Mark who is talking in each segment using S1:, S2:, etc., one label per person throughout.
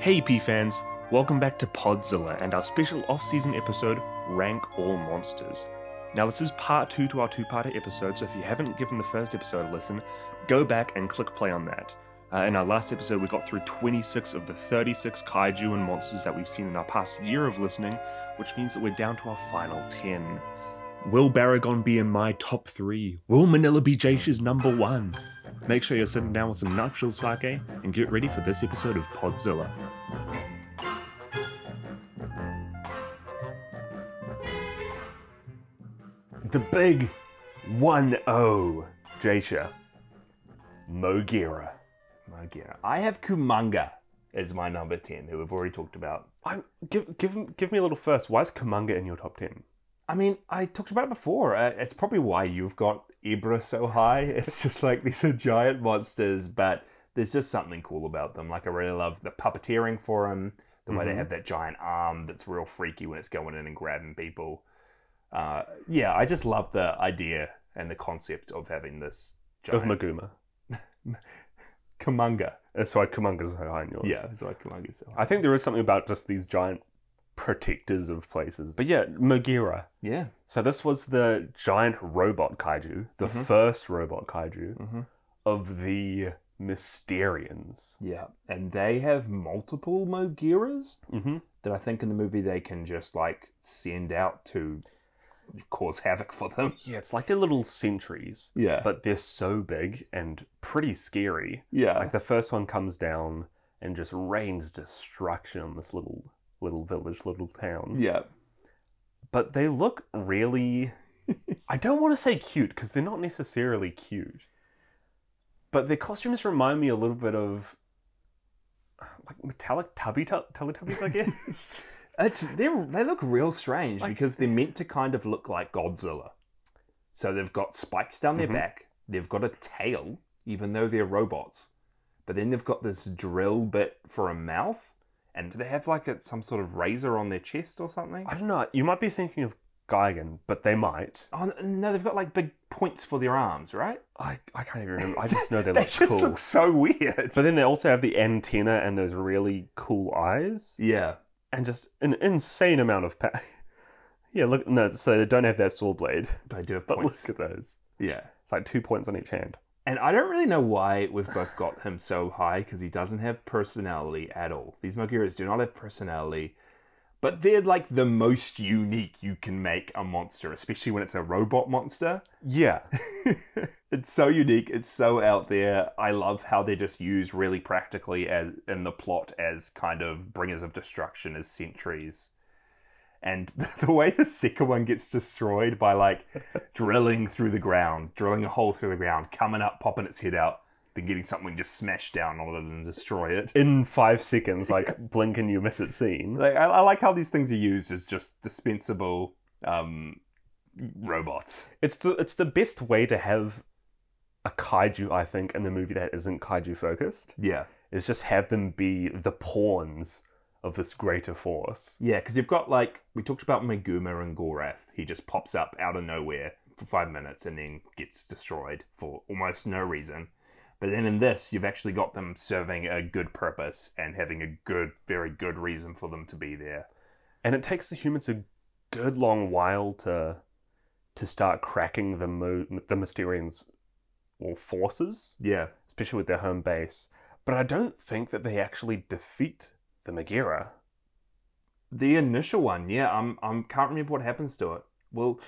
S1: Hey P fans, welcome back to Podzilla and our special off-season episode Rank All Monsters. Now this is part 2 to our two-parter episode, so if you haven't given the first episode a listen, go back and click play on that. Uh, in our last episode, we got through 26 of the 36 kaiju and monsters that we've seen in our past year of listening, which means that we're down to our final 10. Will Baragon be in my top 3? Will Manila be Jaish's number 1? Make sure you're sitting down with some nuptial sake and get ready for this episode of Podzilla. The big 1 0 Jaisha. Mogira.
S2: Mogira. I have Kumanga as my number 10, who we've already talked about.
S1: I, give, give, give me a little first. Why is Kamanga in your top 10?
S2: I mean, I talked about it before. Uh, it's probably why you've got Ibra so high. It's just like these are giant monsters, but there's just something cool about them. Like, I really love the puppeteering for them, the way they
S1: Mhm.
S2: have that giant arm that's real freaky when it's going in and grabbing people. Uh, yeah, I just love the idea and the concept of having this giant.
S1: Of Maguma.
S2: Kumanga.
S1: That's why Kumanga's so high on yours.
S2: Yeah, that's why Kumanga's so high.
S1: I think there is something about just these giant protectors of places. But yeah, Mogira.
S2: Yeah.
S1: So this was the giant robot kaiju, the
S2: Mhm.
S1: first robot kaiju
S2: Mm-hmm.
S1: of the Mysterians.
S2: Yeah, and they have multiple Mogiras
S1: Mm-hmm.
S2: that I think in the movie they can just like send out to cause havoc for them.
S1: Yeah, it's like they're little sentries,
S2: Yeah, but
S1: but they're so big and pretty scary.
S2: yeah,
S1: Like the first one comes down and just rains destruction on this little little village, little town.
S2: yeah,
S1: But they look really I don't want to say cute because they're not necessarily cute. But their costumes remind me a little bit of uh, like metallic tubby tu- Teletubbies, I guess.
S2: it's they are they look real strange
S1: Like-
S2: because they're meant to kind of look like Godzilla. So they've got spikes down their
S1: Mhm.
S2: back. They've got a tail, even though they're robots. But then they've got this drill bit for a mouth, and do they have like a, some sort of razor on their chest or something?
S1: I don't know. You might be thinking of Gigan, but they might.
S2: Oh no, they've got like big points for their arms, right?
S1: I, I can't even remember. I just know they,
S2: They
S1: look
S2: just
S1: cool.
S2: look so weird.
S1: But then they also have the antenna and those really cool eyes,
S2: yeah.
S1: and just an insane amount of pa- yeah. Look, no, so they don't have that saw blade,
S2: But I do have
S1: but
S2: points.
S1: look at those.
S2: Yeah.
S1: It's like two points on each hand.
S2: And I don't really know why we've both got him so high because he doesn't have personality at all. These Mogiras do not have personality, but they're like the most unique you can make a monster, especially when it's a robot monster.
S1: Yeah,
S2: It's so unique, it's so out there. I love how they're just used really practically as, in the plot as kind of bringers of destruction, as sentries. And the way the second one gets destroyed by like drilling through the ground, drilling a hole through the ground, coming up, popping its head out, then getting something just smashed down on it and destroy it.
S1: in five seconds, like blink and you miss it. Scene.
S2: Like I, I like how these things are used as just dispensable um, robots.
S1: It's the it's the best way to have a kaiju, I think, in the movie that isn't kaiju focused.
S2: Yeah.
S1: Is just have them be the pawns of this greater force.
S2: Yeah, because you've got like we talked about Meguma and Gorath. He just pops up out of nowhere for five minutes and then gets destroyed for almost no reason. But then in this, you've actually got them serving a good purpose and having a good, very good reason for them to be there.
S1: and it takes the humans a good long while to to start cracking the mo- the Mysterians or forces,
S2: Yeah,
S1: especially with their home base. But I don't think that they actually defeat the Megara.
S2: the initial one. Yeah, I'm. I'm can't remember what happens to it. Well,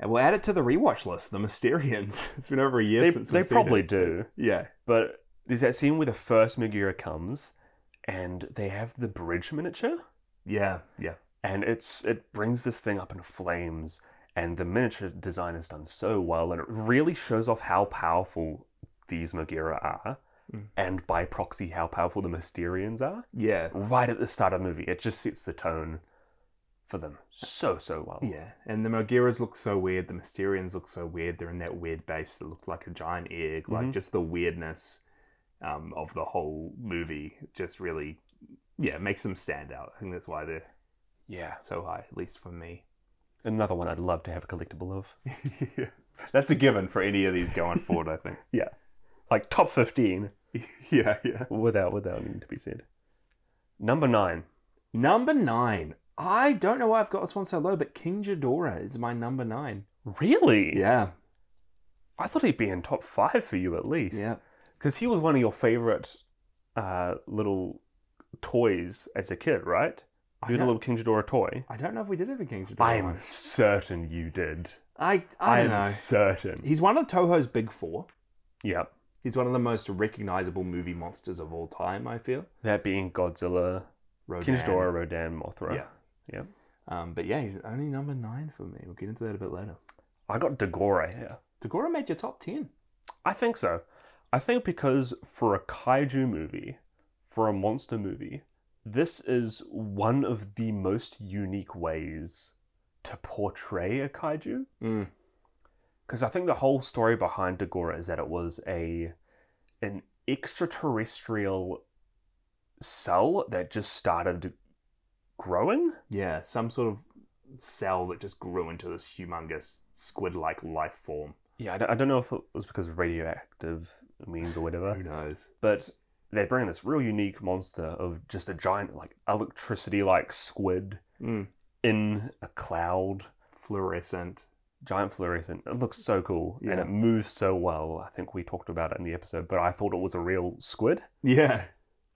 S2: we'll add it to the rewatch list. The Mysterians. It's been over a year
S1: they
S2: since
S1: they
S2: we've seen
S1: probably
S2: it.
S1: do,
S2: Yeah,
S1: but there's that scene where the first Megara comes, and they have the bridge miniature,
S2: yeah, yeah.
S1: and it's it brings this thing up in flames. And the miniature design is done so well, and it really shows off how powerful these Megara are. and by proxy how powerful the Mysterians are.
S2: Yeah,
S1: Right at the start of the movie, it just sets the tone for them so so well.
S2: Yeah, and the Mogiras look so weird. The Mysterians look so weird. They're in that weird base that looked like a giant egg. Like
S1: Mhm.
S2: just the weirdness um, of the whole movie just really, yeah, makes them stand out. I think that's why they're
S1: yeah.
S2: so high, at least for me.
S1: Another one I'd love to have a collectible of,
S2: That's a given for any of these going forward. I think.
S1: like top fifteen,
S2: yeah, yeah.
S1: without without needing to be said. Number nine.
S2: Number nine. I don't know why I've got this one so low, but King Ghidorah is my number nine.
S1: Really?
S2: Yeah,
S1: I thought he'd be in top five for you at least.
S2: yeah.
S1: Because he was one of your favorite uh, little toys as a kid, right?
S2: I
S1: You had a
S2: don't,
S1: little King Ghidorah toy.
S2: I don't know if we did have a King Ghidorah.
S1: I'm
S2: one.
S1: certain you did.
S2: I I don't
S1: am
S2: know.
S1: certain.
S2: He's one of Toho's big four.
S1: Yep.
S2: He's one of the most recognizable movie monsters of all time. I feel.
S1: That being Godzilla, King
S2: Rodan.
S1: Ghidorah, Rodan, Mothra.
S2: Yeah.
S1: Yep.
S2: Um, but yeah, he's only number nine for me. We'll get into that a bit later.
S1: I got Dagora here.
S2: Dagora made your top ten.
S1: I think so. I think because for a kaiju movie, for a monster movie, this is one of the most unique ways to portray a kaiju.
S2: Mm.
S1: Because I think the whole story behind Dagora is that it was a an extraterrestrial cell that just started growing.
S2: Yeah, some sort of cell that just grew into this humongous squid-like life form.
S1: Yeah, I don't, I don't know if it was because of radioactive means or whatever.
S2: Who knows?
S1: but they bring this real unique monster of just a giant like electricity like squid
S2: Mm.
S1: in a cloud
S2: Fluorescent.
S1: giant fluorescent it looks so cool and
S2: Yeah.
S1: it moves so well i think we talked about it in the episode but i thought it was a real squid
S2: Yeah.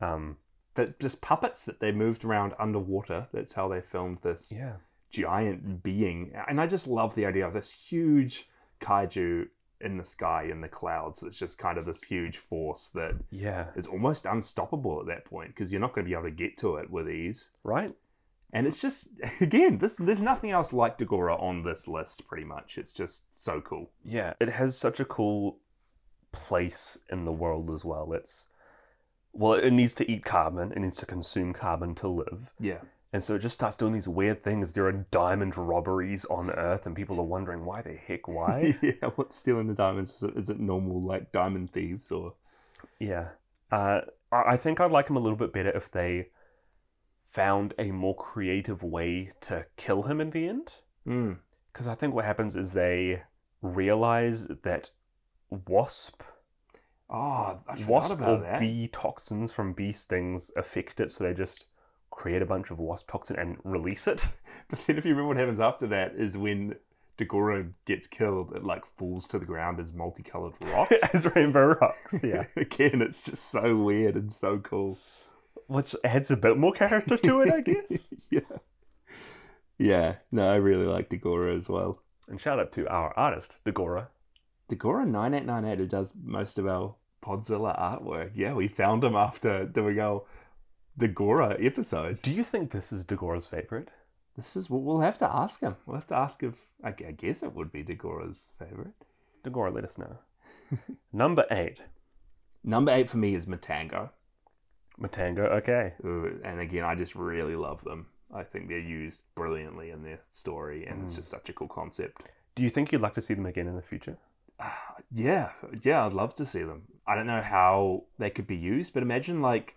S1: um
S2: That just puppets that they moved around underwater. That's how they filmed this
S1: yeah
S2: giant being. And I just love the idea of this huge kaiju in the sky in the clouds. It's just kind of this huge force that
S1: yeah
S2: is almost unstoppable at that point because you're not going to be able to get to it with ease.
S1: right
S2: And it's just again, this there's nothing else like Dagora on this list pretty much. It's just so cool.
S1: yeah it has such a cool place in the world as well it's well it needs to eat carbon it needs to consume carbon to live
S2: Yeah.
S1: And so it just starts doing these weird things. There are diamond robberies on Earth, and people are wondering why the heck, why?
S2: yeah, what's stealing the diamonds? Is it, is it normal like diamond thieves or
S1: yeah. Uh, I I think I'd like him a little bit better if they found a more creative way to kill him in the end.
S2: mm.
S1: Because I think what happens is they realize that wasp,
S2: Oh, I forgot
S1: wasp
S2: about
S1: or
S2: that.
S1: bee toxins from bee stings affect it, so they just create a bunch of wasp toxin and release it.
S2: But then if you remember what happens after that is when Dagora gets killed, it like falls to the ground as multicolored rocks.
S1: as rainbow rocks. Yeah.
S2: Again, it's just so weird and so cool.
S1: Which adds a bit more character to it, I guess.
S2: yeah. Yeah. No, I really like Dagora as well.
S1: And shout out to our artist, Dagora.
S2: Dagora nine eight nine eight, who does most of our Podzilla artwork. Yeah, we found him after doing our Dagora episode.
S1: Do you think this is Dagora's favorite?
S2: This is what we'll have to ask him. We'll have to ask if I gu- I guess it would be Dagora's favorite.
S1: Dagora, let us know. Number eight,
S2: Number eight for me is Matango,
S1: Matango. Okay.
S2: Ooh, and again, I just really love them. I think they're used brilliantly in their story, and it's
S1: Mm.
S2: just such a cool concept.
S1: Do you think you'd like to see them again in the future?
S2: Ah, yeah, yeah, I'd love to see them. I don't know how they could be used, but imagine like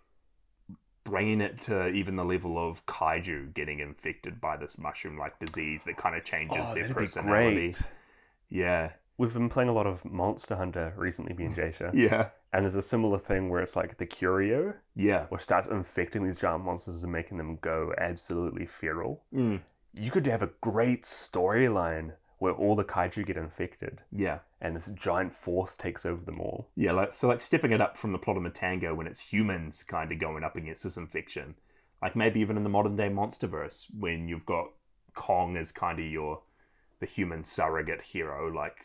S2: bringing it to even the level of kaiju getting infected by this mushroom-like disease that kind of changes their personality. Yeah,
S1: We've been playing a lot of Monster Hunter recently, me and Jasha,
S2: yeah,
S1: and there's a similar thing where it's like the Curio,
S2: yeah.
S1: which starts infecting these giant monsters and making them go absolutely feral.
S2: Mm.
S1: You could have a great storyline where all the kaiju get infected,
S2: Yeah,
S1: and this giant force takes over them all.
S2: yeah. Like so, like stepping it up from the plot of Matango when it's humans kind of going up against this infection. Like maybe even in the modern day MonsterVerse when you've got Kong as kind of your the human surrogate hero. Like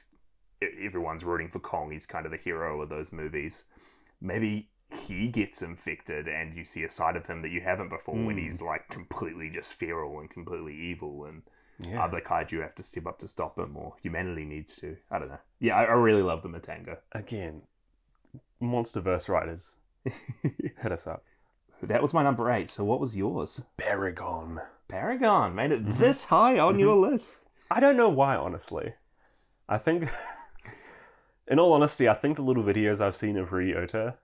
S2: e- everyone's rooting for Kong. He's kind of the hero of those movies. Maybe he gets infected and you see a side of him that you haven't before when
S1: Hmm.
S2: he's like completely just feral and completely evil and
S1: Yeah.
S2: other kaiju have to step up to stop him or humanity needs to. I don't know. Yeah, I, I really love the Matango.
S1: Again, MonsterVerse writers, hit us up.
S2: That was my number eight. So what was yours?
S1: Baragon.
S2: Paragon made it
S1: Mhm.
S2: this high on
S1: Mhm.
S2: your list.
S1: I don't know why, honestly. I think, in all honesty, I think the little videos I've seen of Ryota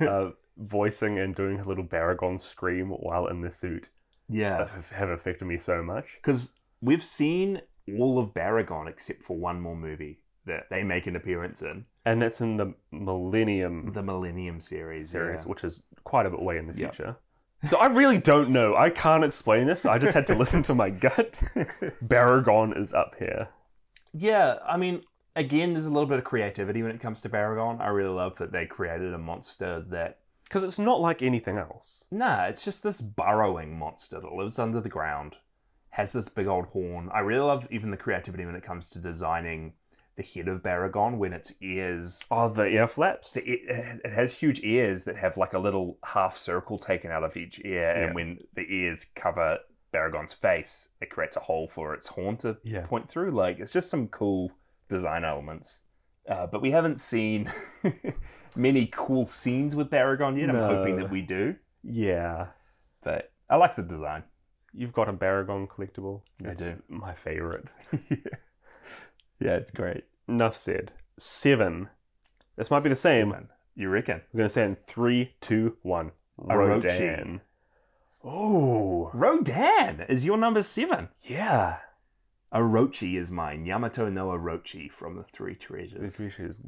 S1: uh, voicing and doing her little Baragon scream while in the suit
S2: Yeah,
S1: have, have affected me so much.
S2: because we've seen all of Baragon except for one more movie that they make an appearance in
S1: And that's in the Millennium
S2: the Millennium series.
S1: series,
S2: yeah.
S1: which is quite a bit way in the
S2: Yeah.
S1: future. So I really don't know. I can't explain this. I just had to listen to my gut. Baragon is up here.
S2: Yeah, I mean, again, there's a little bit of creativity when it comes to Baragon. I really love that they created a monster that.
S1: Because it's not like anything else.
S2: Nah, it's just this burrowing monster that lives under the ground, has this big old horn. I really love even the creativity when it comes to designing the head of Baragon when its ears.
S1: Oh, the ear flaps?
S2: So it, it has huge ears that have like a little half circle taken out of each ear,
S1: Yeah.
S2: and when the ears cover Baragon's face, it creates a hole for its horn to
S1: Yeah.
S2: point through. Like it's just some cool design elements. Uh, but we haven't seen many cool scenes with Baragon yet.
S1: No.
S2: I'm hoping that we do.
S1: Yeah.
S2: But I like the design.
S1: You've got a Baragon collectible.
S2: I
S1: It's
S2: do.
S1: My favorite.
S2: Yeah, it's great.
S1: Enough said. Seven. This might be the same.
S2: Seven. You reckon?
S1: We're going to say it in three, two, one.
S2: Orochi.
S1: Rodan. Oh.
S2: Rodan is your number seven.
S1: Yeah.
S2: Orochi is mine. Yamato no Orochi from the Three
S1: This
S2: Treasures.
S1: is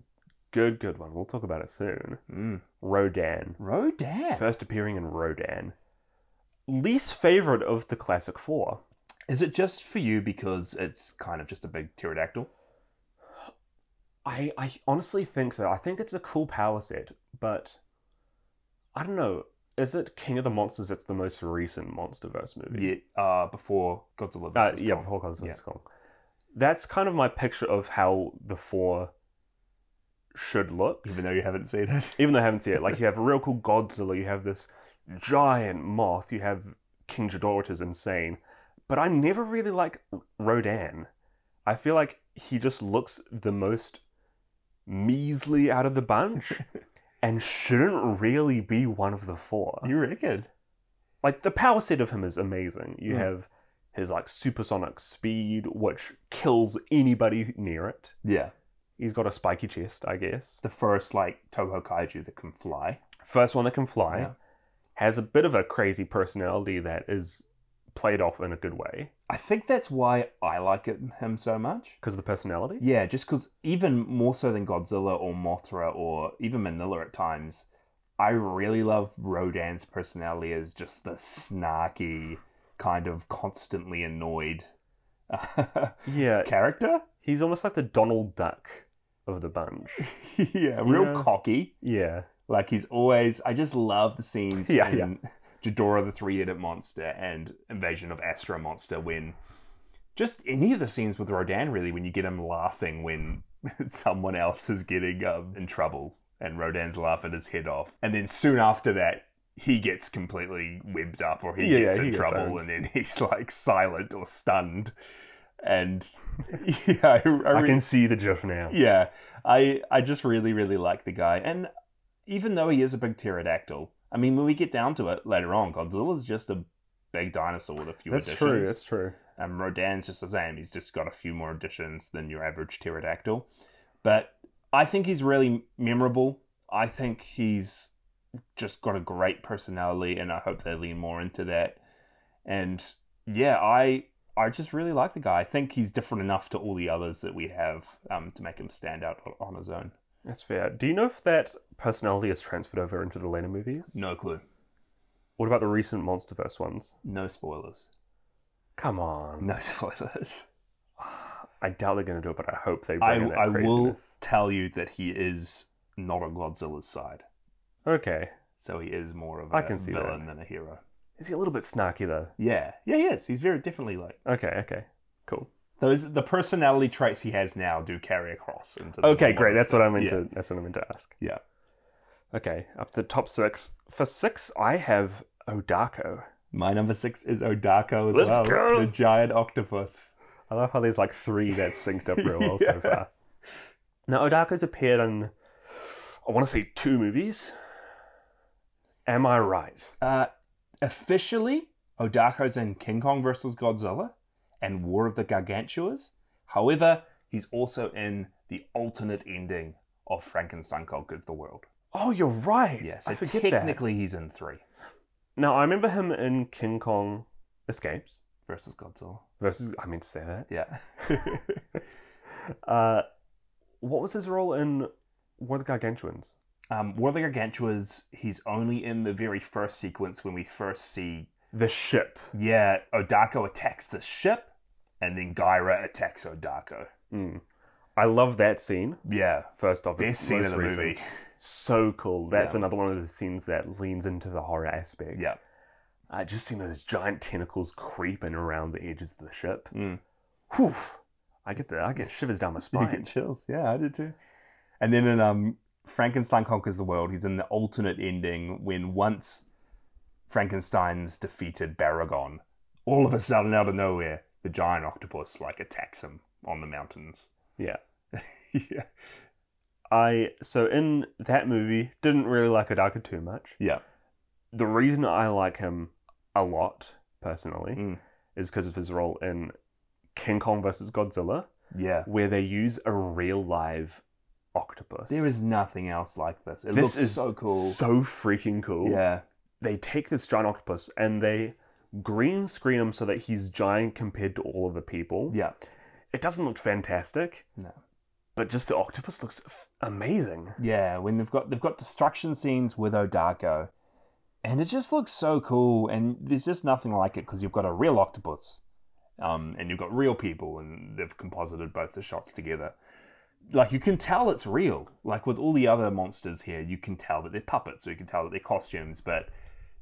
S1: good, good one. We'll talk about it soon.
S2: Mm.
S1: Rodan.
S2: Rodan.
S1: First appearing in Rodan. Least favorite of the classic four.
S2: Is it just for you because it's kind of just a big pterodactyl?
S1: I, I honestly think so. I think it's a cool power set, but I don't know. Is it King of the Monsters? It's the most recent MonsterVerse movie.
S2: Yeah. Uh, before Godzilla
S1: Uh,
S2: vs.
S1: yeah,
S2: Kong.
S1: before Godzilla vs
S2: Yeah.
S1: Kong. That's kind of my picture of how the four should look.
S2: Even though you haven't seen it.
S1: Even though I haven't seen it, like you have a real cool Godzilla, you have this giant moth, you have King Ghidorah, which is insane. But I never really like Rodan. I feel like he just looks the most measly out of the bunch and shouldn't really be one of the four
S2: You reckon?
S1: like the power set of him is amazing. You
S2: Mm.
S1: have his like supersonic speed, which kills anybody near it.
S2: Yeah.
S1: He's got a spiky chest, I guess.
S2: The first like Toho kaiju that can fly.
S1: First one that can fly
S2: Yeah.
S1: has a bit of a crazy personality that is played off in a good way
S2: I think that's why I like it, him so much.
S1: because of the personality.
S2: Yeah, just because even more so than Godzilla or Mothra or even Manila at times, I really love Rodan's personality as just the snarky, kind of constantly annoyed
S1: Yeah,
S2: character.
S1: he's almost like the Donald Duck of the bunch.
S2: yeah, real
S1: Yeah.
S2: cocky.
S1: yeah,
S2: Like he's always. I just love the scenes
S1: Yeah,
S2: in Jadora the Three-Headed Monster and Invasion of Astro Monster when just any of the scenes with Rodan really when you get him laughing when someone else is getting um, in trouble and Rodan's laughing his head off and then soon after that he gets completely webbed up or he
S1: Yeah,
S2: gets
S1: yeah,
S2: in
S1: he gets
S2: trouble
S1: owned.
S2: and then he's like silent or stunned and yeah I, I
S1: I
S2: really-
S1: can see the gif now.
S2: yeah, I I just really really like the guy, and even though he is a big pterodactyl, I mean when we get down to it later on, Godzilla's just a big dinosaur with a few
S1: That's
S2: additions.
S1: true. That's true.
S2: and Rodan's Um, just the same. He's just got a few more additions than your average pterodactyl, but I think he's really memorable. I think he's just got a great personality, and I hope they lean more into that. And yeah, I I just really like the guy. I think he's different enough to all the others that we have um, to make him stand out on- on his own.
S1: That's fair. Do you know if that personality is transferred over into the later movies?
S2: No clue.
S1: What about the recent MonsterVerse ones?
S2: No spoilers.
S1: Come on.
S2: No spoilers.
S1: I doubt they're going to do it, but I hope they bring
S2: I,
S1: in that
S2: I will
S1: craziness.
S2: tell you that he is not on Godzilla's side,
S1: Okay.
S2: so he is more of a
S1: I can see that.
S2: villain than a hero.
S1: Is he a little bit snarky though?
S2: Yeah, yeah, he is. He's very definitely like
S1: Okay. Okay. Cool.
S2: those. The personality traits he has now do carry across into. The
S1: Okay, great. That's what I meant
S2: Yeah.
S1: to. That's what I meant to ask.
S2: Yeah.
S1: Okay, up to the top six. For six, I have Odako.
S2: My number six is Odako as
S1: Let's
S2: well,
S1: go.
S2: the giant octopus.
S1: I love how there's like three that synced up real well so
S2: Yeah.
S1: far. Now Odako's appeared in, I want to say two movies. Am I right?
S2: Uh, officially, Odako's in King Kong versus Godzilla and War of the Gargantuas. However, he's also in the alternate ending of Frankenstein Conquers the World.
S1: Oh, you're right.
S2: Yes,
S1: I
S2: so
S1: forget that.
S2: technically he's in three
S1: Now I remember him in King Kong Escapes
S2: versus Godzilla.
S1: versus. I meant to say that.
S2: Yeah.
S1: uh, what was his role in War of the Gargantuans?
S2: Um, War of the Gargantuas, he's only in the very first sequence when we first see,
S1: The ship.
S2: yeah, Odako attacks the ship, and then Gyra attacks Odako.
S1: Mm. I love that scene.
S2: Yeah,
S1: First off, it's
S2: best scene
S1: most
S2: of the
S1: recent.
S2: movie.
S1: So cool. That's
S2: Yeah.
S1: another one of the scenes that leans into the horror aspect.
S2: Yeah.
S1: Uh, just seeing those giant tentacles creeping around the edges of the ship.
S2: Mm.
S1: Whew. I get the I get shivers down my
S2: You
S1: spine.
S2: get chills. Yeah, I did too. And then in um, Frankenstein Conquers the World, he's in the alternate ending when once Frankenstein's defeated Baragon, all of a sudden out of nowhere, the giant octopus like attacks him on the mountains.
S1: Yeah.
S2: yeah.
S1: I so in that movie didn't really like Odaka too much.
S2: Yeah.
S1: The reason I like him a lot personally
S2: Mm.
S1: is because of his role in King Kong versus Godzilla,
S2: Yeah.
S1: where they use a real live octopus.
S2: There is nothing else like this. It
S1: This
S2: looks
S1: is
S2: so cool.
S1: so freaking cool.
S2: yeah.
S1: They take this giant octopus and they green screen him so that he's giant compared to all of the people.
S2: Yeah.
S1: It doesn't look fantastic.
S2: No.
S1: But just the octopus looks f- amazing.
S2: Yeah, when they've got they've got destruction scenes with Odako, and it just looks so cool. And there's just nothing like it because you've got a real octopus, um, and you've got real people, and they've composited both the shots together. Like you can tell it's real. Like with all the other monsters here, you can tell that they're puppets, or you can tell that they're costumes, but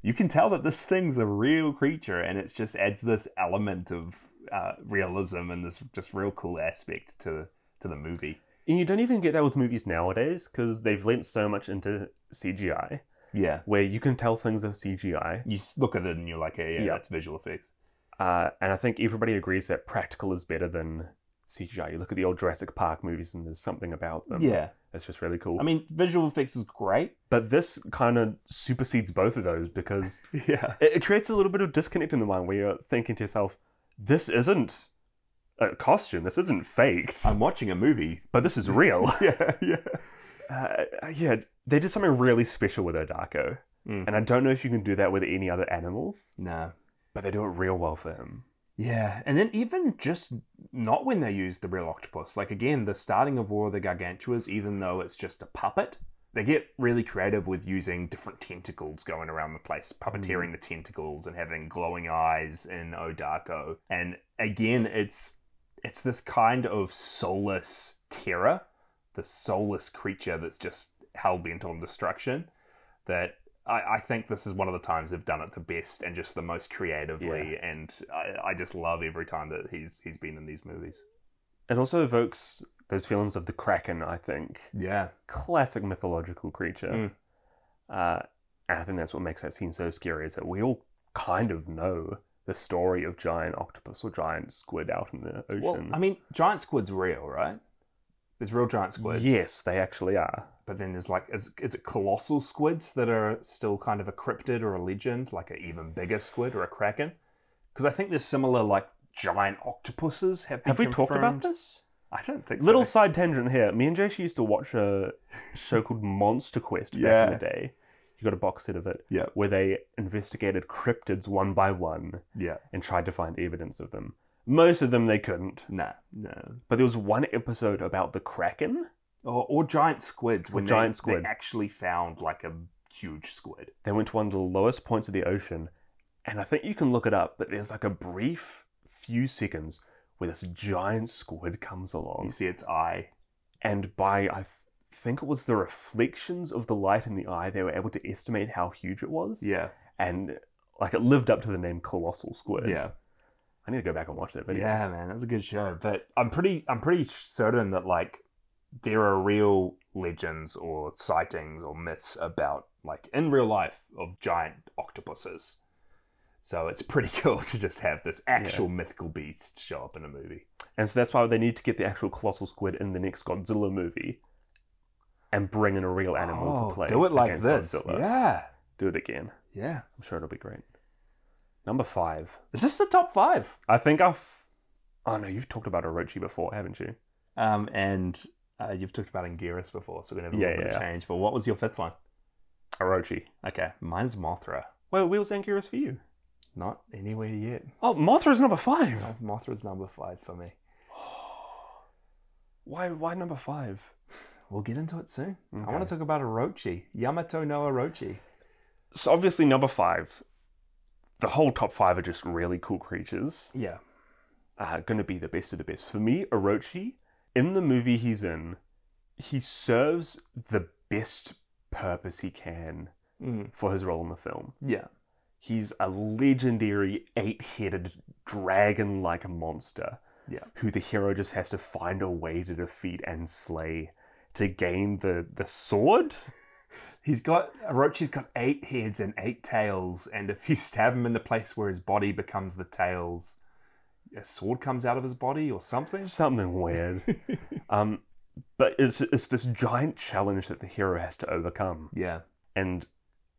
S2: you can tell that this thing's a real creature, and it just adds this element of uh, realism and this just real cool aspect to to the movie.
S1: And you don't even get that with movies nowadays because they've lent so much into CGI
S2: Yeah.
S1: where you can tell things are CGI.
S2: you s- look at it and you're like, hey, yeah,
S1: Yeah.
S2: that's visual effects.
S1: Uh, and I think everybody agrees that practical is better than CGI. You look at the old Jurassic Park movies and there's something about them.
S2: yeah.
S1: That's just really cool.
S2: I mean, visual effects is great.
S1: but this kind of supersedes both of those because
S2: Yeah.
S1: it, it creates a little bit of disconnect in the mind where you're thinking to yourself, this isn't a costume, this isn't faked,
S2: I'm watching a movie.
S1: but this is real.
S2: Um, yeah, yeah.
S1: uh, yeah, they did something really special with Odako.
S2: Mm.
S1: And I don't know if you can do that with any other animals,
S2: No.
S1: but they do it real well for him.
S2: Yeah. And then even just not when they use the real octopus. Like, again, the starting of War of the Gargantuas, even though it's just a puppet, they get really creative with using different tentacles going around the place, puppeteering the tentacles and having glowing eyes in Odako. And again, it's it's this kind of soulless terror, the soulless creature that's just hell bent on destruction. That I, I think this is one of the times they've done it the best and just the most creatively. And I, I just love every time that he's he's been in these movies.
S1: It also evokes those feelings of the Kraken, I think.
S2: Yeah,
S1: Classic mythological
S2: Mm.
S1: creature. Uh, and I think that's what makes that scene so scary is that we all kind of know the story of giant octopus or giant squid out in the ocean.
S2: Well, I mean, giant squid's real, right? There's real giant squids.
S1: Yes, they actually are.
S2: But then there's like, is, is it colossal squids that are still kind of a cryptid or a legend, like an even bigger squid or a kraken? Because I think there's similar, like, giant octopuses have been
S1: Have we talked about
S2: confirmed.
S1: this?
S2: I don't think
S1: Little
S2: so.
S1: side tangent here. Me and Jason used to watch a show called Monster Quest back in
S2: Yeah.
S1: the day. You got a box set of it.
S2: Yeah.
S1: Where they investigated cryptids one by one
S2: Yeah.
S1: and tried to find evidence of them. Most of them they couldn't.
S2: Nah, no.
S1: But there was one episode about the Kraken.
S2: Or, or giant squids when
S1: Or
S2: they-
S1: giant
S2: they,
S1: squid.
S2: actually found, like, a huge squid.
S1: They went to one of the lowest points of the ocean. And I think you can look it up, but there's like a brief few seconds where this giant squid comes along.
S2: You see its eye.
S1: and by I th- think it was the reflections of the light in the eye, they were able to estimate how huge it was.
S2: Yeah.
S1: And like it lived up to the name colossal squid.
S2: Yeah.
S1: I need to go back and watch that video.
S2: Yeah, man, that's a good show. But I'm pretty, I'm pretty certain that like there are real legends or sightings or myths about like in real life of giant octopuses. So it's pretty cool to just have this actual mythical beast show up in a movie.
S1: And so that's why they need to get the actual colossal squid in the next Godzilla movie, and bring in a real animal
S2: Oh,
S1: to play.
S2: Do it like
S1: against
S2: this.
S1: Godzilla.
S2: Yeah,
S1: Do it again.
S2: yeah.
S1: I'm sure it'll be great. Number five.
S2: It's just the top five.
S1: I think I've. Oh no, you've talked about Orochi before, haven't you?
S2: Um, and uh, you've talked about Anguirus before, so we're gonna have a
S1: Yeah,
S2: little bit
S1: yeah.
S2: of change. But what was your fifth one?
S1: Orochi.
S2: Okay, mine's Mothra.
S1: Well, wheels and gears for you.
S2: Not anywhere yet.
S1: Oh, Mothra's number five.
S2: No, Mothra's number five for me.
S1: Why why number five?
S2: We'll get into it soon. I
S1: Okay.
S2: want to talk about Orochi, Yamato no Orochi.
S1: So obviously number five, the whole top five are just really cool creatures.
S2: Yeah.
S1: Uh, gonna be the best of the best. For me, Orochi, in the movie he's in, he serves the best purpose he can
S2: Mm.
S1: for his role in the film.
S2: Yeah.
S1: He's a legendary eight-headed dragon-like monster.
S2: Yeah.
S1: Who the hero just has to find a way to defeat and slay to gain the the sword?
S2: He's got Orochi's got eight heads and eight tails, and if you stab him in the place where his body becomes the tails, a sword comes out of his body or something.
S1: Something weird. um, but it's, it's this giant challenge that the hero has to overcome.
S2: yeah.
S1: And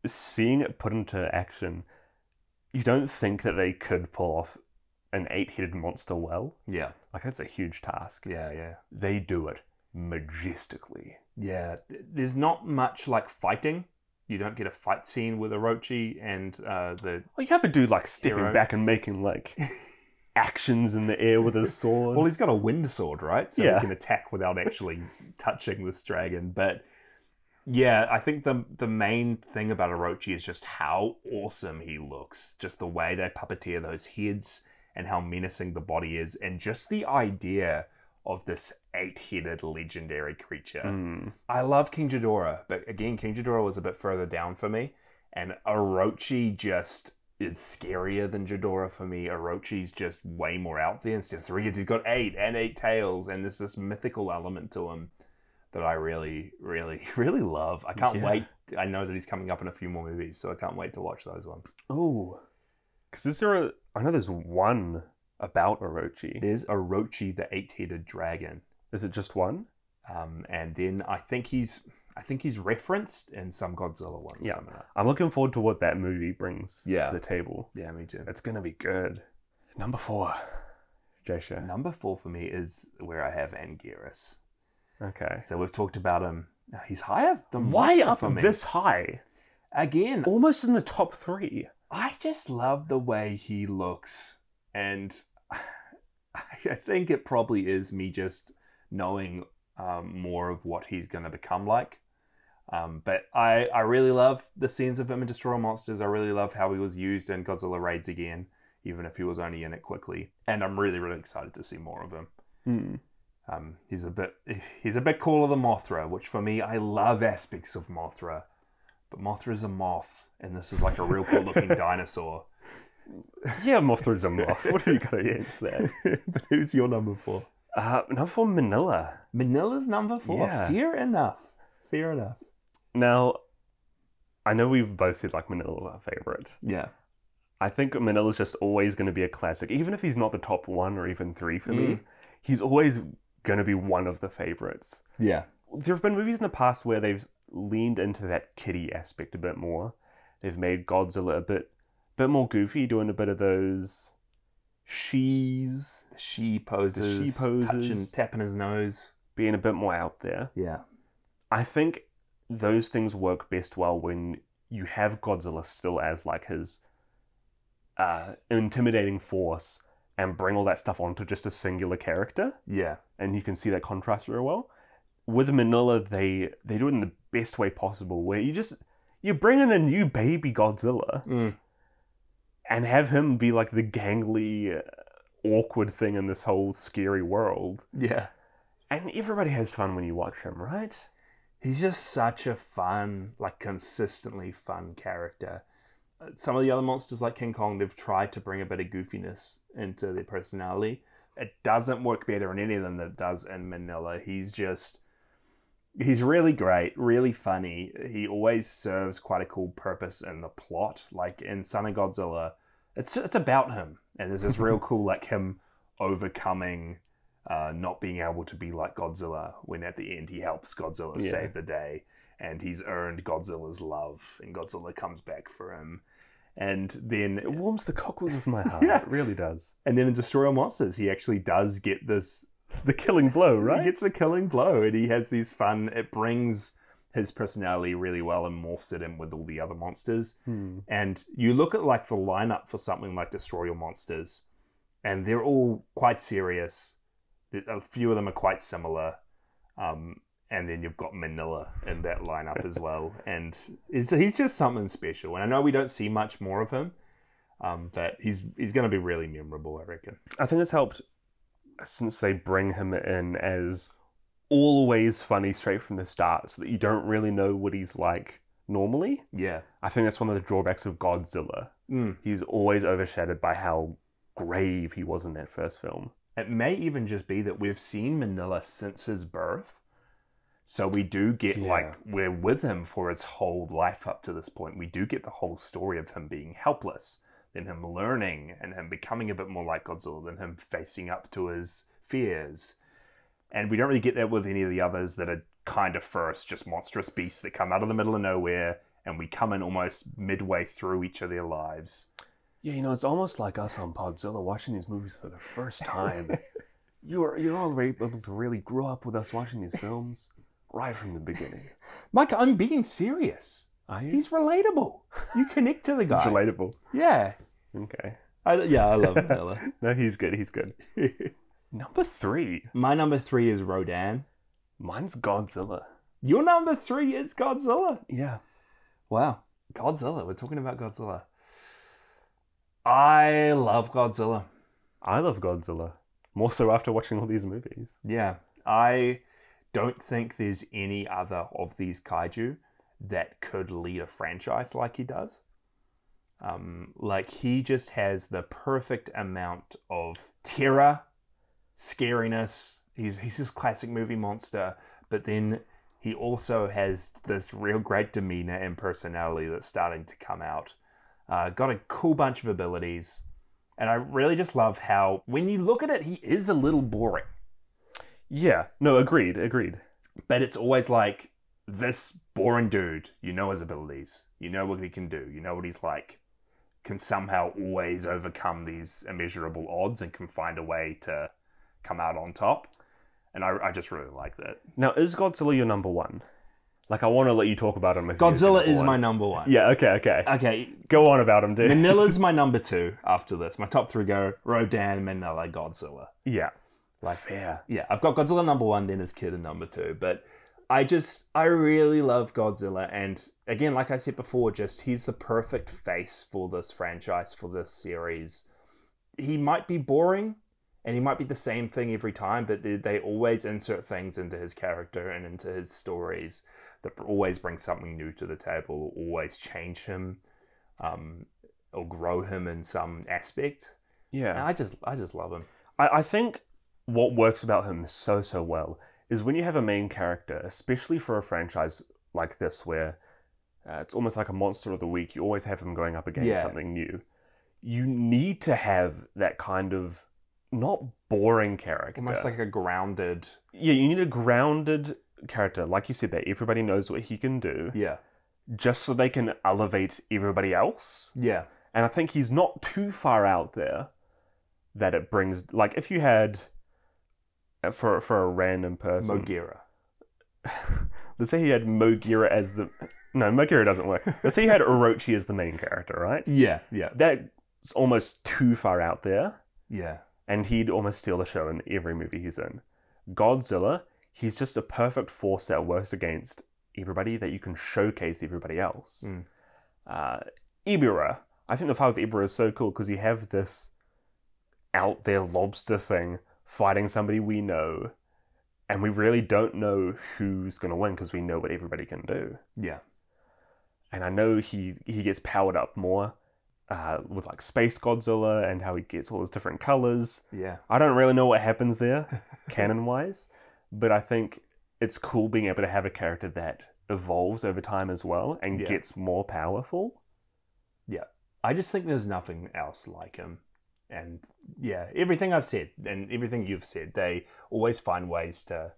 S1: seeing it put into action, you don't think that they could pull off an eight headed monster well.
S2: Yeah.
S1: Like, that's a huge task.
S2: Yeah. Yeah.
S1: They do it majestically.
S2: Yeah, th- there's not much like fighting. You don't get a fight scene with Orochi and uh, the.
S1: Well, you have a dude like stepping
S2: Hero.
S1: back and making like actions in the air with his sword.
S2: Oh, Well, he's got a wind sword, right? So
S1: Yeah.
S2: he can attack without actually touching this dragon. But yeah, I think the the main thing about Orochi is just how awesome he looks. Just the way they puppeteer those heads and how menacing the body is, and just the idea of this eight-headed legendary creature.
S1: Mm.
S2: I love King Ghidorah, but again, King Ghidorah was a bit further down for me, and Orochi just is scarier than Ghidorah for me. Orochi's just way more out there. Instead of three heads, he's got eight and eight tails, and there's this mythical element to him that I really, really, really love. I can't
S1: Yeah.
S2: wait. I know that he's coming up in a few more movies, so I can't wait to watch those ones.
S1: Oh. Because is there a. I know there's one about Orochi.
S2: There's Orochi, the eight-headed dragon.
S1: Is it just one?
S2: Um, and then I think he's, I think he's referenced in some Godzilla ones
S1: Yeah.
S2: coming up.
S1: I'm looking forward to what that movie brings
S2: Yeah.
S1: to the table.
S2: Yeah, me too.
S1: It's gonna be good. Number four, Jasha.
S2: Number four for me is where I have Anguirus.
S1: Okay.
S2: So we've talked about him. He's higher than
S1: Why
S2: Micah
S1: up
S2: for me.
S1: this high?
S2: again?
S1: Almost in the top three.
S2: I just love the way he looks, and I think it probably is me just knowing um, more of what he's going to become like. Um, but I, I really love the scenes of him in Destroy All Monsters. I really love how he was used in Godzilla Raids again, even if he was only in it quickly. And I'm really, really excited to see more of him. Um, he's a bit he's a bit cooler than Mothra, which for me I love aspects of Mothra, but Mothra's a moth, and this is like a real cool looking dinosaur.
S1: Yeah, Mothra's a moth. what have you got against that?
S2: but who's your number four?
S1: Uh, number four, Manila.
S2: Manila's number four.
S1: Yeah.
S2: Fair enough. Fair enough.
S1: Now, I know we've both said like Manila's our favorite.
S2: Yeah.
S1: I think Manila's just always going to be a classic, even if he's not the top one or even three for me.
S2: Mm.
S1: He's always going to be one of the favorites.
S2: Yeah.
S1: there have been movies in the past where they've leaned into that kitty aspect a bit more. They've made Godzilla a bit, bit more goofy, doing a bit of those she's
S2: She poses.
S1: she poses.
S2: Touching, tapping his nose.
S1: being a bit more out there.
S2: Yeah.
S1: I think those things work best well when you have Godzilla still as like his uh, intimidating force and bring all that stuff onto just a singular character.
S2: Yeah.
S1: and you can see that contrast real well. With Manila, they they do it in the best way possible, where you just you bring in a new baby Godzilla
S2: Mm.
S1: and have him be like the gangly, uh, awkward thing in this whole scary world,
S2: Yeah.
S1: and everybody has fun when you watch him, right?
S2: He's just such a fun, like consistently fun character. Uh, Some of the other monsters, like King Kong, they've tried to bring a bit of goofiness into their personality. It doesn't work better in any of them than it does in Manila. He's just, he's really great, really funny. He always serves quite a cool purpose in the plot. Like in Son of Godzilla, it's it's about him, and there's this real cool like him overcoming uh, not being able to be like Godzilla when at the end he helps Godzilla
S1: Yeah.
S2: save the day and he's earned Godzilla's love and Godzilla comes back for him. And
S1: It
S2: then
S1: warms the cockles of my heart.
S2: Yeah.
S1: It really does.
S2: and then in Destroy All Monsters he actually does get this
S1: The killing blow, right?
S2: he gets the killing blow and he has these fun it brings his personality really well and morphs it in with all the other monsters.
S1: Hmm.
S2: And you look at like the lineup for something like Destroy Your Monsters, and they're all quite serious. The- A few of them are quite similar, um, and then you've got Manila in that lineup as well. And it's, he's just something special. And I know we don't see much more of him, um, but he's he's going to be really memorable, I reckon.
S1: I think it's helped since they bring him in as always funny straight from the start, so that you don't really know what he's like normally.
S2: Yeah.
S1: I think that's one of the drawbacks of Godzilla.
S2: Mm.
S1: He's always overshadowed by how grave he was in that first film.
S2: It may even just be that we've seen Manila since his birth. So we do get
S1: Yeah.
S2: like we're with him for his whole life up to this point. We do get the whole story of him being helpless, then him learning and him becoming a bit more like Godzilla, then him facing up to his fears. And we don't really get that with any of the others that are kind of first, just monstrous beasts that come out of the middle of nowhere and we come in almost midway through each of their lives.
S1: Yeah, you know, it's almost like us on Podzilla watching these movies for the first time. you're you're already able to really grow up with us watching these films right from the beginning.
S2: Mike, I'm being serious.
S1: Are you?
S2: He's relatable. You connect to the
S1: He's
S2: guy.
S1: relatable.
S2: Yeah.
S1: Okay.
S2: I, yeah, I love Vanilla.
S1: No, he's good. He's good. Number three.
S2: My number three is Rodan.
S1: Mine's Godzilla.
S2: Your number three is Godzilla.
S1: Yeah.
S2: Wow. Godzilla. We're talking about Godzilla. I love Godzilla.
S1: I love Godzilla. More so after watching all these movies.
S2: Yeah. I don't think there's any other of these kaiju that could lead a franchise like he does. Um, like he just has the perfect amount of terror, scariness. He's he's this classic movie monster, but then he also has this real great demeanor and personality that's starting to come out. Uh, got a cool bunch of abilities, and I really just love how when you look at it, he is a little boring
S1: Yeah. No, agreed. Agreed.
S2: but it's always like this boring dude. You know his abilities. You know what he can do. You know what he's like. Can somehow always overcome these immeasurable odds and can find a way to come out on top. And I, I just really like that.
S1: Now, is Godzilla your number one? Like, I want to let you talk about him. if he
S2: Godzilla
S1: your
S2: is my Uh,
S1: number
S2: number one.
S1: one. Yeah. Okay. Okay.
S2: Okay.
S1: Go on about him, dude.
S2: Manila's my number two after this. My top three go Rodan, Manila, Godzilla.
S1: yeah.
S2: Like-
S1: fair.
S2: yeah, I've got Godzilla number one, then his kid in number two. But I just, I really love Godzilla. And again, like I said before, just he's the perfect face for this franchise, for this series. He might be boring and he might be the same thing every time, but they, they always insert things into his character and into his stories that always bring something new to the table, always change him. Um, or grow him in some aspect. And
S1: Yeah.
S2: I just, I just love him.
S1: I, I think what works about him so so well is when you have a main character, especially for a franchise like this, where uh, it's almost like a monster of the week. You always have him going up against
S2: Yeah.
S1: something new. You need to have that kind of not boring character.
S2: Almost like a grounded,
S1: yeah, you need a grounded character, like you said, that everybody knows what he can do,
S2: yeah,
S1: just so they can elevate everybody else.
S2: yeah.
S1: And I think he's not too far out there that it brings. Like, if you had, uh, for for a random person,
S2: Mogira.
S1: let's say he had Mogira as the. No, Mogira doesn't work. Let's say he had Orochi as the main character, right?
S2: Yeah, yeah,
S1: That's almost too far out there,
S2: yeah,
S1: and he'd almost steal the show in every movie he's in. Godzilla, he's just a perfect force that works against everybody that you can showcase everybody else.
S2: Mm.
S1: Uh, Ibira, I think the fight with Ibira is so cool because you have this out there lobster thing fighting somebody we know, and we really don't know who's going to win because we know what everybody can do.
S2: yeah,
S1: And I know he he gets powered up more uh, with like Space Godzilla and how he gets all his different colors.
S2: yeah.
S1: I don't really know what happens there, canon wise, but I think it's cool being able to have a character that evolves over time as well and
S2: Yeah.
S1: gets more powerful.
S2: I just think there's nothing else like him. And yeah, everything I've said and everything you've said, they always find ways to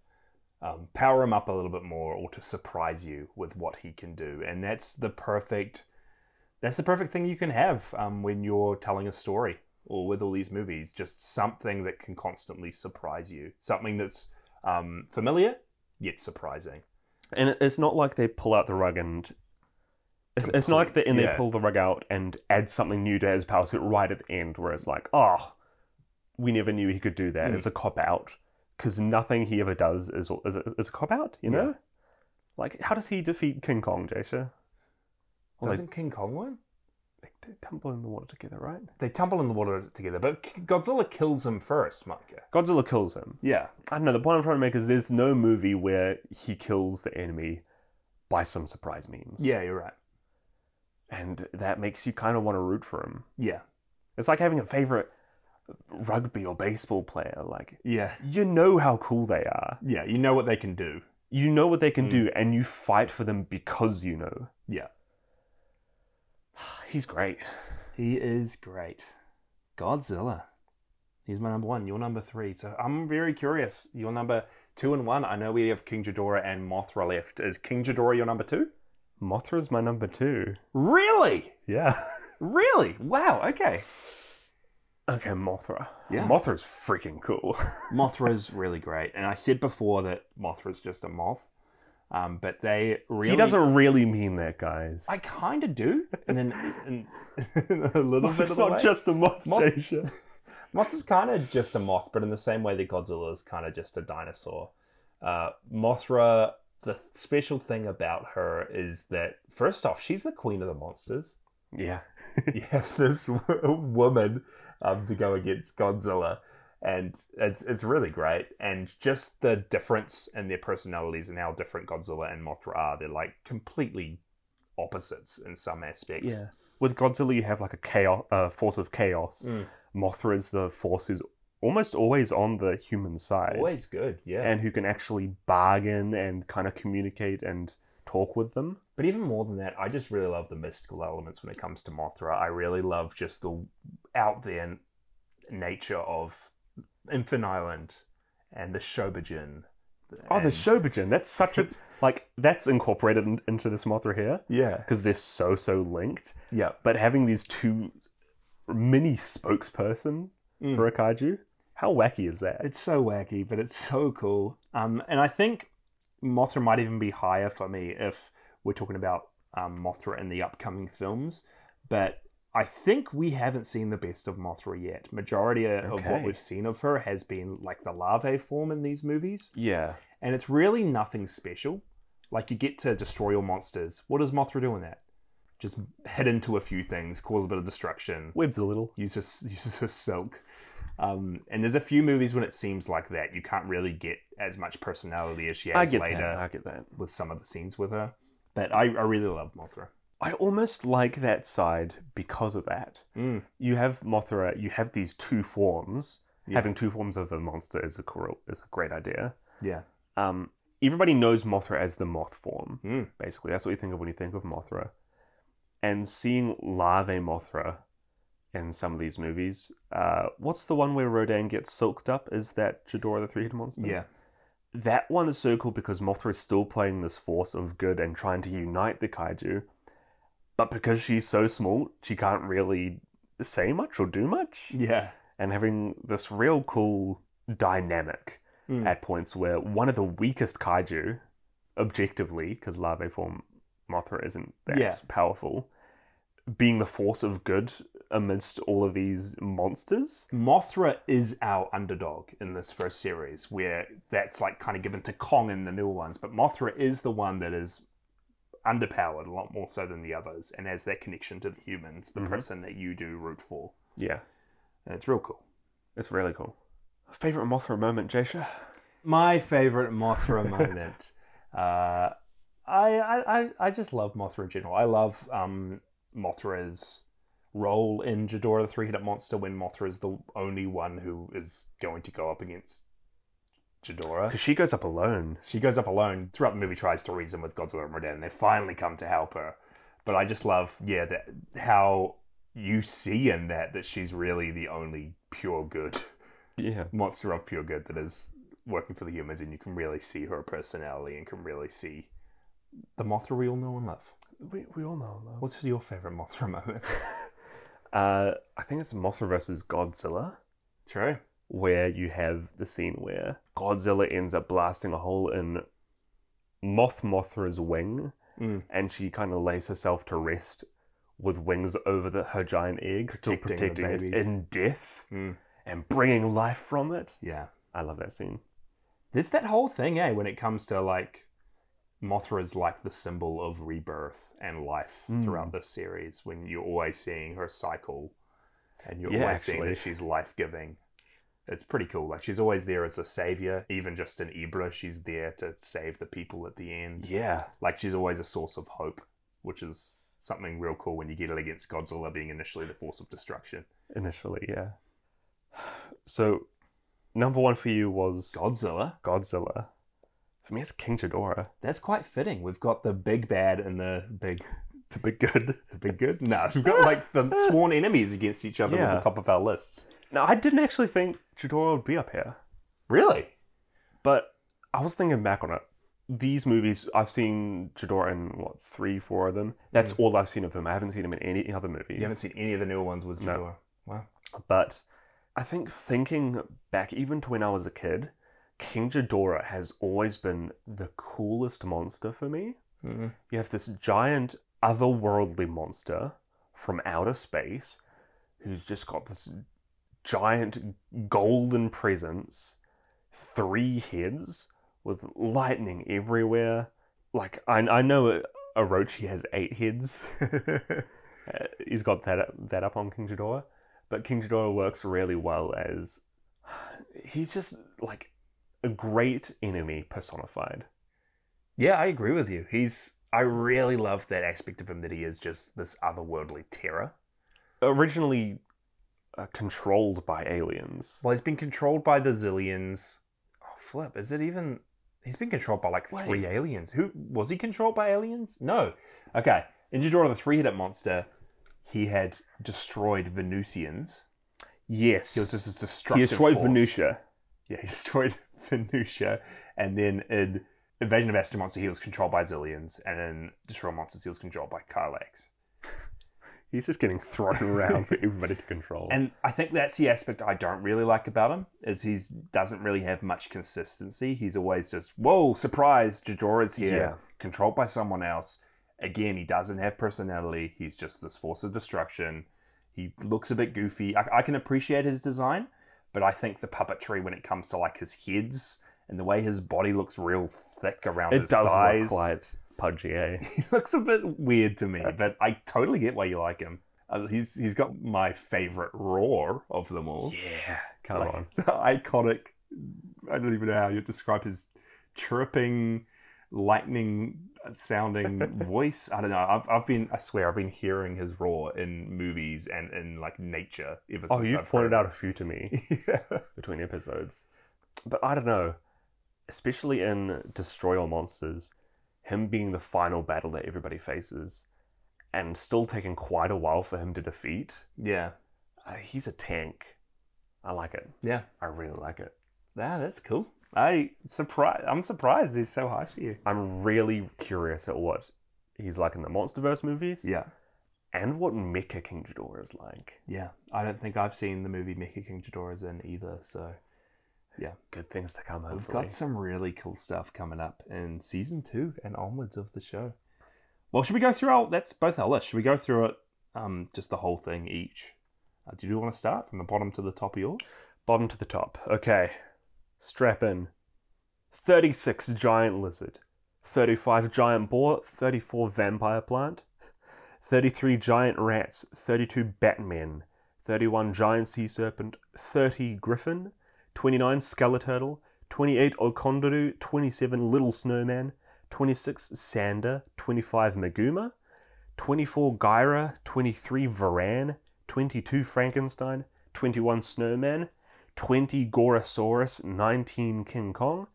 S2: um, power him up a little bit more or to surprise you with what he can do. And that's the perfect, that's the perfect thing you can have um, when you're telling a story or with all these movies. Just something that can constantly surprise you, something that's um, familiar yet surprising.
S1: And it- it's not like they pull out the rug and. It's, it's not like they, and
S2: Yeah.
S1: they pull the rug out and add something new to his power suit right at the end, where it's like, oh, we never knew he could do that.
S2: Mm.
S1: It's a cop out. because nothing he ever does is is a, is a cop out. You
S2: Yeah.
S1: know, like how does he defeat King Kong, Jasha? Well, they,
S2: Doesn't King Kong win?
S1: they, they tumble in the water together, right?
S2: They tumble in the water together, but K- Godzilla kills him first, Micah.
S1: Godzilla kills him.
S2: Yeah.
S1: I don't know. The point I'm trying to make is there's no movie where he kills the enemy by some surprise means.
S2: Yeah, you're right.
S1: and that makes you kind of want to root for him.
S2: Yeah.
S1: It's like having a favorite rugby or baseball player. Like
S2: Yeah.
S1: you know how cool they are.
S2: Yeah, you know what they can do.
S1: you know what they can
S2: Mm.
S1: do and you fight for them because you know.
S2: Yeah.
S1: He's great.
S2: He is great. Godzilla. He's my number one. You're number three. So I'm very curious. Your number two and one. I know we have King Ghidorah and Mothra left. Is King Ghidorah your number two?
S1: Mothra's my number two.
S2: Really?
S1: Yeah.
S2: Really? Wow. Okay.
S1: Okay, Mothra.
S2: Yeah.
S1: Mothra's freaking cool.
S2: Mothra's really great. And I said before that Mothra's just a moth. Um, but they really.
S1: He doesn't really mean that, guys.
S2: I kind of do. And then in a little
S1: Mothra's
S2: bit of the
S1: not
S2: way.
S1: just a moth,
S2: Moth-
S1: Jasha.
S2: Moth is kind of just a moth, but in the same way that Godzilla is kind of just a dinosaur. Uh, Mothra, the special thing about her is that, first off, she's the queen of the monsters.
S1: Yeah.
S2: you have this w- woman um, to go against Godzilla, and it's, it's really great. And just the difference in their personalities and how different Godzilla and Mothra are, they're like completely opposites in some aspects.
S1: Yeah. With Godzilla, you have like a chaos, uh, force of chaos.
S2: Mm.
S1: Mothra is the force who's almost always on the human side
S2: Always good, yeah.
S1: and who can actually bargain and kind of communicate and talk with them.
S2: But even more than that, I just really love the mystical elements when it comes to Mothra. I really love just the out there nature of Infin Island and the Shobujin.
S1: Oh, the
S2: and-
S1: Shobujin. That's such a like that's incorporated in, into this Mothra here
S2: Yeah,
S1: because they're so so linked.
S2: yeah.
S1: But having these two mini spokesperson
S2: Mm.
S1: for a kaiju, how wacky is that?
S2: It's so wacky, but it's so cool. Um, and I think Mothra might even be higher for me if we're talking about um, Mothra in the upcoming films. But I think we haven't seen the best of Mothra yet. Majority of
S1: Okay.
S2: what we've seen of her has been like the larvae form in these movies.
S1: yeah,
S2: and it's really nothing special. Like you get to destroy all monsters. What does Mothra do in that? Just head into a few things, cause a bit of destruction.
S1: webs a little.
S2: Uses uses her silk. Um, and there's a few movies when it seems like that you can't really get as much personality as she
S1: I
S2: has
S1: get
S2: later
S1: that. I get that.
S2: with some of the scenes with her. But I, I really love Mothra.
S1: I almost like that side because of that.
S2: Mm.
S1: You have Mothra. You have these two forms.
S2: Yeah.
S1: Having two forms of a monster is a cool, is a great idea.
S2: Yeah.
S1: Um, everybody knows Mothra as the moth form.
S2: Mm.
S1: basically. That's what you think of when you think of Mothra. And seeing Larvae Mothra in some of these movies, uh, what's the one where Rodan gets silked up? Is that Ghidorah the Three Headed Monster?
S2: Yeah.
S1: That one is so cool because Mothra is still playing this force of good and trying to unite the kaiju. But because she's so small, she can't really say much or do much.
S2: Yeah.
S1: And having this real cool dynamic
S2: Mm.
S1: at points where one of the weakest kaiju, objectively, because larvae form Mothra isn't that
S2: Yeah.
S1: powerful, being the force of good amidst all of these monsters.
S2: Mothra is our underdog in this first series, where that's like kind of given to Kong in the newer ones, but Mothra is the one that is underpowered a lot more so than the others, and has that connection to the humans, the
S1: Mhm.
S2: person that you do root for,
S1: Yeah,
S2: and it's real cool.
S1: it's really cool. Favorite Mothra moment, Jasha?
S2: My favorite Mothra moment. uh, I, I I- I just love Mothra in general. I love um, Mothra's role in Ghidorah the Three-Headed Monster when Mothra is the only one who is going to go up against Ghidorah.
S1: Because Uh, she goes up alone.
S2: She goes up alone throughout the movie, tries to reason with Godzilla and Rodan, and they finally come to help her. But I just love, yeah, that how you see in that that she's really the only pure good
S1: Yeah.
S2: monster of pure good that is working for the humans, and you can really see her personality and can really see the Mothra we all know and love.
S1: We, we all know. Love.
S2: What's your favorite Mothra moment?
S1: Uh, I think it's Mothra versus Godzilla.
S2: True.
S1: where you have the scene where Godzilla ends up blasting a hole in Moth Mothra's wing,
S2: Mm.
S1: and she kind of lays herself to rest with wings over the, her giant egg, still
S2: Protecting the
S1: protecting it
S2: babies.
S1: in death
S2: Mm.
S1: and bringing life from it.
S2: Yeah.
S1: I love that scene.
S2: There's that whole thing, eh, when it comes to like Mothra is like the symbol of rebirth and life
S1: Mm.
S2: throughout this series when you're always seeing her cycle and you're
S1: Yeah,
S2: always seeing
S1: actually.
S2: that she's life giving. It's pretty cool. Like she's always there as the savior, even just in Ibra, she's there to save the people at the end.
S1: Yeah.
S2: Like she's always a source of hope, which is something real cool when you get it against Godzilla being initially the force of destruction.
S1: Initially, yeah. So, number one for you was
S2: Godzilla?
S1: Godzilla. For me, it's King Ghidorah.
S2: That's quite fitting. We've got the big bad and the big
S1: The big good.
S2: the big good. No, we've got like the sworn enemies against each other at
S1: Yeah.
S2: the top of our lists.
S1: Now, I didn't actually think Ghidorah would be up here,
S2: Really?
S1: but I was thinking back on it. These movies, I've seen Ghidorah in what three, four of them. That's all I've seen of them. I haven't seen him in any other movies.
S2: Mm. You haven't seen any of the newer ones with
S1: No.
S2: Ghidorah. Wow.
S1: But I think thinking back, even to when I was a kid, King Ghidorah has always been the coolest monster for me. You have this giant otherworldly monster from outer space who's just got this giant golden presence, three heads with lightning everywhere. Like, I, I know Orochi has eight heads. Uh, he's got that that up on King Ghidorah, but King Ghidorah works really well as he's just like a great enemy personified.
S2: Yeah, I agree with you. He's I really love that aspect of him that he is just this otherworldly terror.
S1: Originally uh, controlled by aliens.
S2: Well, he's been controlled by the zillions. Oh, flip! Is it even? He's been controlled by like three
S1: Wait.
S2: aliens. Who was he controlled by aliens? No. Okay. In Ghidorah, the three-headed monster, he had destroyed Venusians.
S1: yes,
S2: He was just a destructive.
S1: he destroyed
S2: force.
S1: Venusia.
S2: Yeah, he destroyed Venusia, and then in Invasion of Astro Monster, he was controlled by zillions, and in Destroy Monsters, he was controlled by Kylax.
S1: He's just getting thrown around for everybody to control.
S2: And I think that's the aspect I don't really like about him is he's doesn't really have much consistency. He's always just whoa, surprise, Jajora's here,
S1: Yeah.
S2: controlled by someone else. Again, he doesn't have personality. He's just this force of destruction. He looks a bit goofy. I, I can appreciate his design, but I think the puppetry when it comes to like his heads and the way his body looks real thick around
S1: it
S2: his
S1: does
S2: thighs,
S1: look quite pudgy, eh?
S2: he looks a bit weird to me, but I totally get why you like him. Uh, he's he's got my favorite roar of them all.
S1: yeah, come
S2: Like,
S1: on.
S2: the iconic. I don't even know how you describe his chirping, lightning uh, sounding voice. I don't know. I've, I've been, I swear, I've been hearing his roar in movies and in like nature ever
S1: Oh,
S2: since.
S1: you've
S2: I've
S1: pointed out
S2: heard
S1: a few to me.
S2: it. yeah.
S1: between episodes. But I don't know, especially in Destroy All Monsters, him being the final battle that everybody faces, and still taking quite a while for him to defeat.
S2: Yeah.
S1: Uh, he's a tank. I like it.
S2: Yeah.
S1: I really like it.
S2: Yeah, that's cool. I surprised. I'm surprised he's so high for you.
S1: I'm really curious at what he's like in the MonsterVerse movies,
S2: Yeah.
S1: and what Mecha King Ghidorah is like.
S2: Yeah. I don't think I've seen the movie Mecha King Ghidorah's in either, so.
S1: Good things to come.
S2: We've
S1: Hopefully,
S2: got some really cool stuff coming up in season two and onwards of the show. Well, should we go through our that's both our list? Should we go through it, um, just the whole thing each? Uh, do you want to start from the bottom to the top of yours?
S1: bottom to the top. Okay, strap in. 36 giant lizard, 35 giant boar, 34 vampire plant, 33 giant rats, 32 batmen, 31 giant sea serpent, 30 griffin, 29 skeleturtle, 28 okondaru, 27 little snowman, 26 sander, 25 maguma, 24 gyra, 23 varan, 22 frankenstein, 21 snowman, 20 Gorosaurus, 19 King Kong,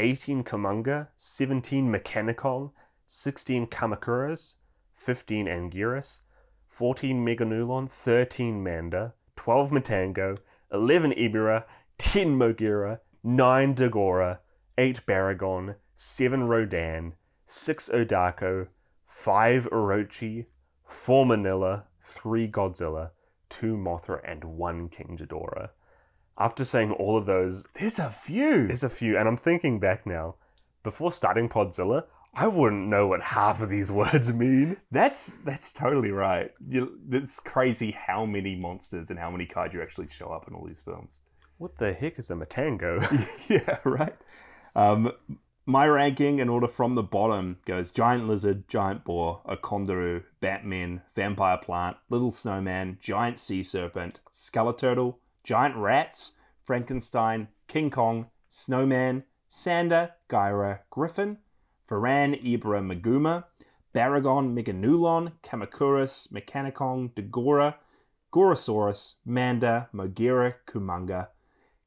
S1: 18 Komunga, 17 Mechanikong, 16 Kamakuras, 15 Anguirus, 14 Meganulon, 13 Manda, 12 Matango, 11 Ibira, 10 Mogira, 9 Dagora, 8 Baragon, 7 Rodan, 6 Odako, 5 Orochi, 4 Manila, 3 Godzilla, 2 Mothra, and 1 King Ghidorah after saying all of those,
S2: There's a few.
S1: there's a few, and I'm thinking back now. Before starting Podzilla, I wouldn't know what half of these words mean.
S2: That's that's totally right. You, it's crazy how many monsters and how many kaiju actually show up in all these films.
S1: What the heck is a Matango?
S2: yeah, right. Um, my ranking in order from the bottom goes giant lizard, giant boar, Akondaru, Batman, vampire plant, little snowman, giant sea serpent, skeleturtle, giant rats, Frankenstein, King Kong, snowman, Sander, Gyra, griffin, Varan, Ibra, Maguma, Baragon, Meganulon, Kamakurus, Mechanicon, Dagora, Gorosaurus, Manda, Mogira, Kumanga,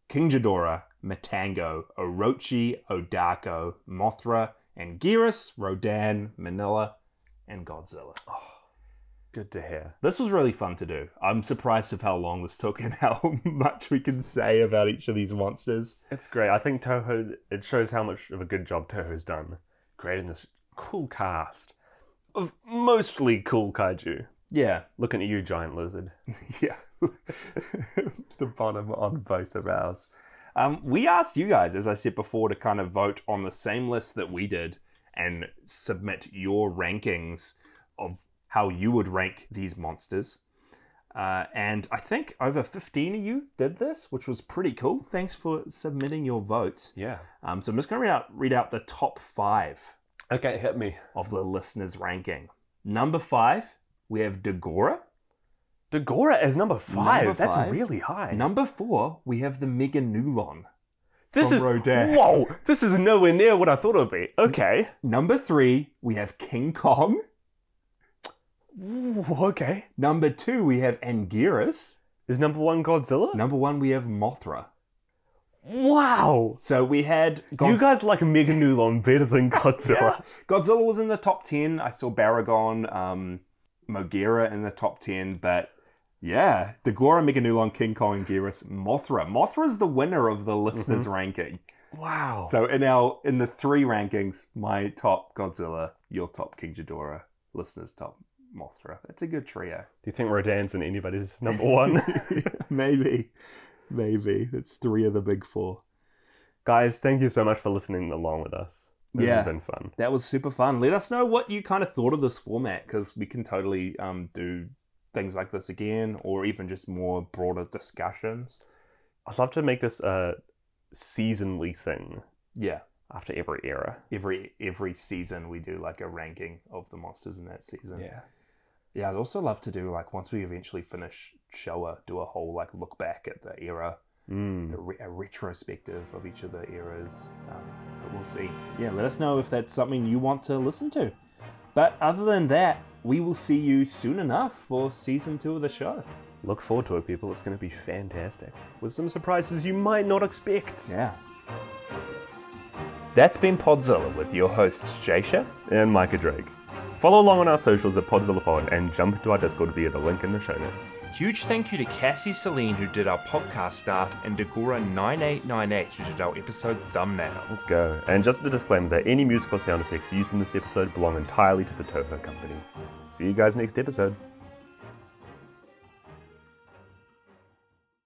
S2: King Ghidorah, Matango, Orochi, Odako, Mothra, and Anguirus, Rodan, Manila, and Godzilla.
S1: Good to hear.
S2: This was really fun to do. I'm surprised of how long this took and how much we can say about each of these monsters.
S1: It's great. I think Toho, it shows how much of a good job Toho's done creating this cool cast of mostly cool kaiju.
S2: Yeah,
S1: Looking at you, giant lizard.
S2: yeah. the bottom on both of ours. Um, we asked you guys, as I said before, to kind of vote on the same list that we did and submit your rankings of how you would rank these monsters. Uh, and I think over 15 of you did this, which was pretty cool. Thanks for submitting your votes.
S1: Yeah.
S2: Um, so I'm just going to read out, read out the top five
S1: Okay, hit me.
S2: of the listeners' ranking. Number five, we have Dagora.
S1: Dagora is number five.
S2: Number
S1: That's
S2: five.
S1: really high.
S2: Number four, we have the Meganulon.
S1: this
S2: from
S1: is
S2: Rodan.
S1: whoa. This is nowhere near what I thought it would be. Okay.
S2: Number three, we have King Kong.
S1: Ooh, okay.
S2: Number two, we have Anguirus.
S1: Is number one Godzilla?
S2: Number one, we have Mothra.
S1: Wow.
S2: So we had Godz-
S1: you guys like Mega Nulon better than Godzilla.
S2: Yeah. Godzilla was in the top ten. I saw Baragon, um, Mogira in the top ten, but yeah, Dagora, Meganulon, King Kong, Anguirus, Mothra. Mothra is the winner of the listeners' ranking.
S1: Wow.
S2: So in our in the three rankings, my top Godzilla, your top King Ghidorah, listeners top Mothra. That's a good trio.
S1: do you think Rodan's in anybody's number one?
S2: maybe, maybe that's three of the big four.
S1: guys, thank you so much for listening along with us. This
S2: Yeah.
S1: has been fun.
S2: That was super fun. Let us know what you kind of thought of this format because we can totally um, do things like this again, or even just more broader discussions.
S1: I'd love to make this a seasonally thing
S2: Yeah,
S1: after every era.
S2: every every season we do like a ranking of the monsters in that season. Yeah, I'd also love to do like once we eventually finish Showa, do a whole like look back at the era,
S1: Mm.
S2: the re- a retrospective of each of the eras. Um, but we'll see. Yeah, let us know if that's something you want to listen to. But other than that, we will see you soon enough for season two of the show.
S1: Look forward to it, people. It's going to be fantastic with some surprises you might not expect.
S2: Yeah. That's been Podzilla with your hosts, Jasha.
S1: And Micah Drake. Follow along on our socials at Podzillapod and jump into our Discord via the link in the show notes.
S2: Huge thank you to Cassie Celine, who did our podcast art, and Dagora9898, who did our episode thumbnail.
S1: Let's go. And just a disclaimer that any musical sound effects used in this episode belong entirely to the Toho Company. See you guys next episode.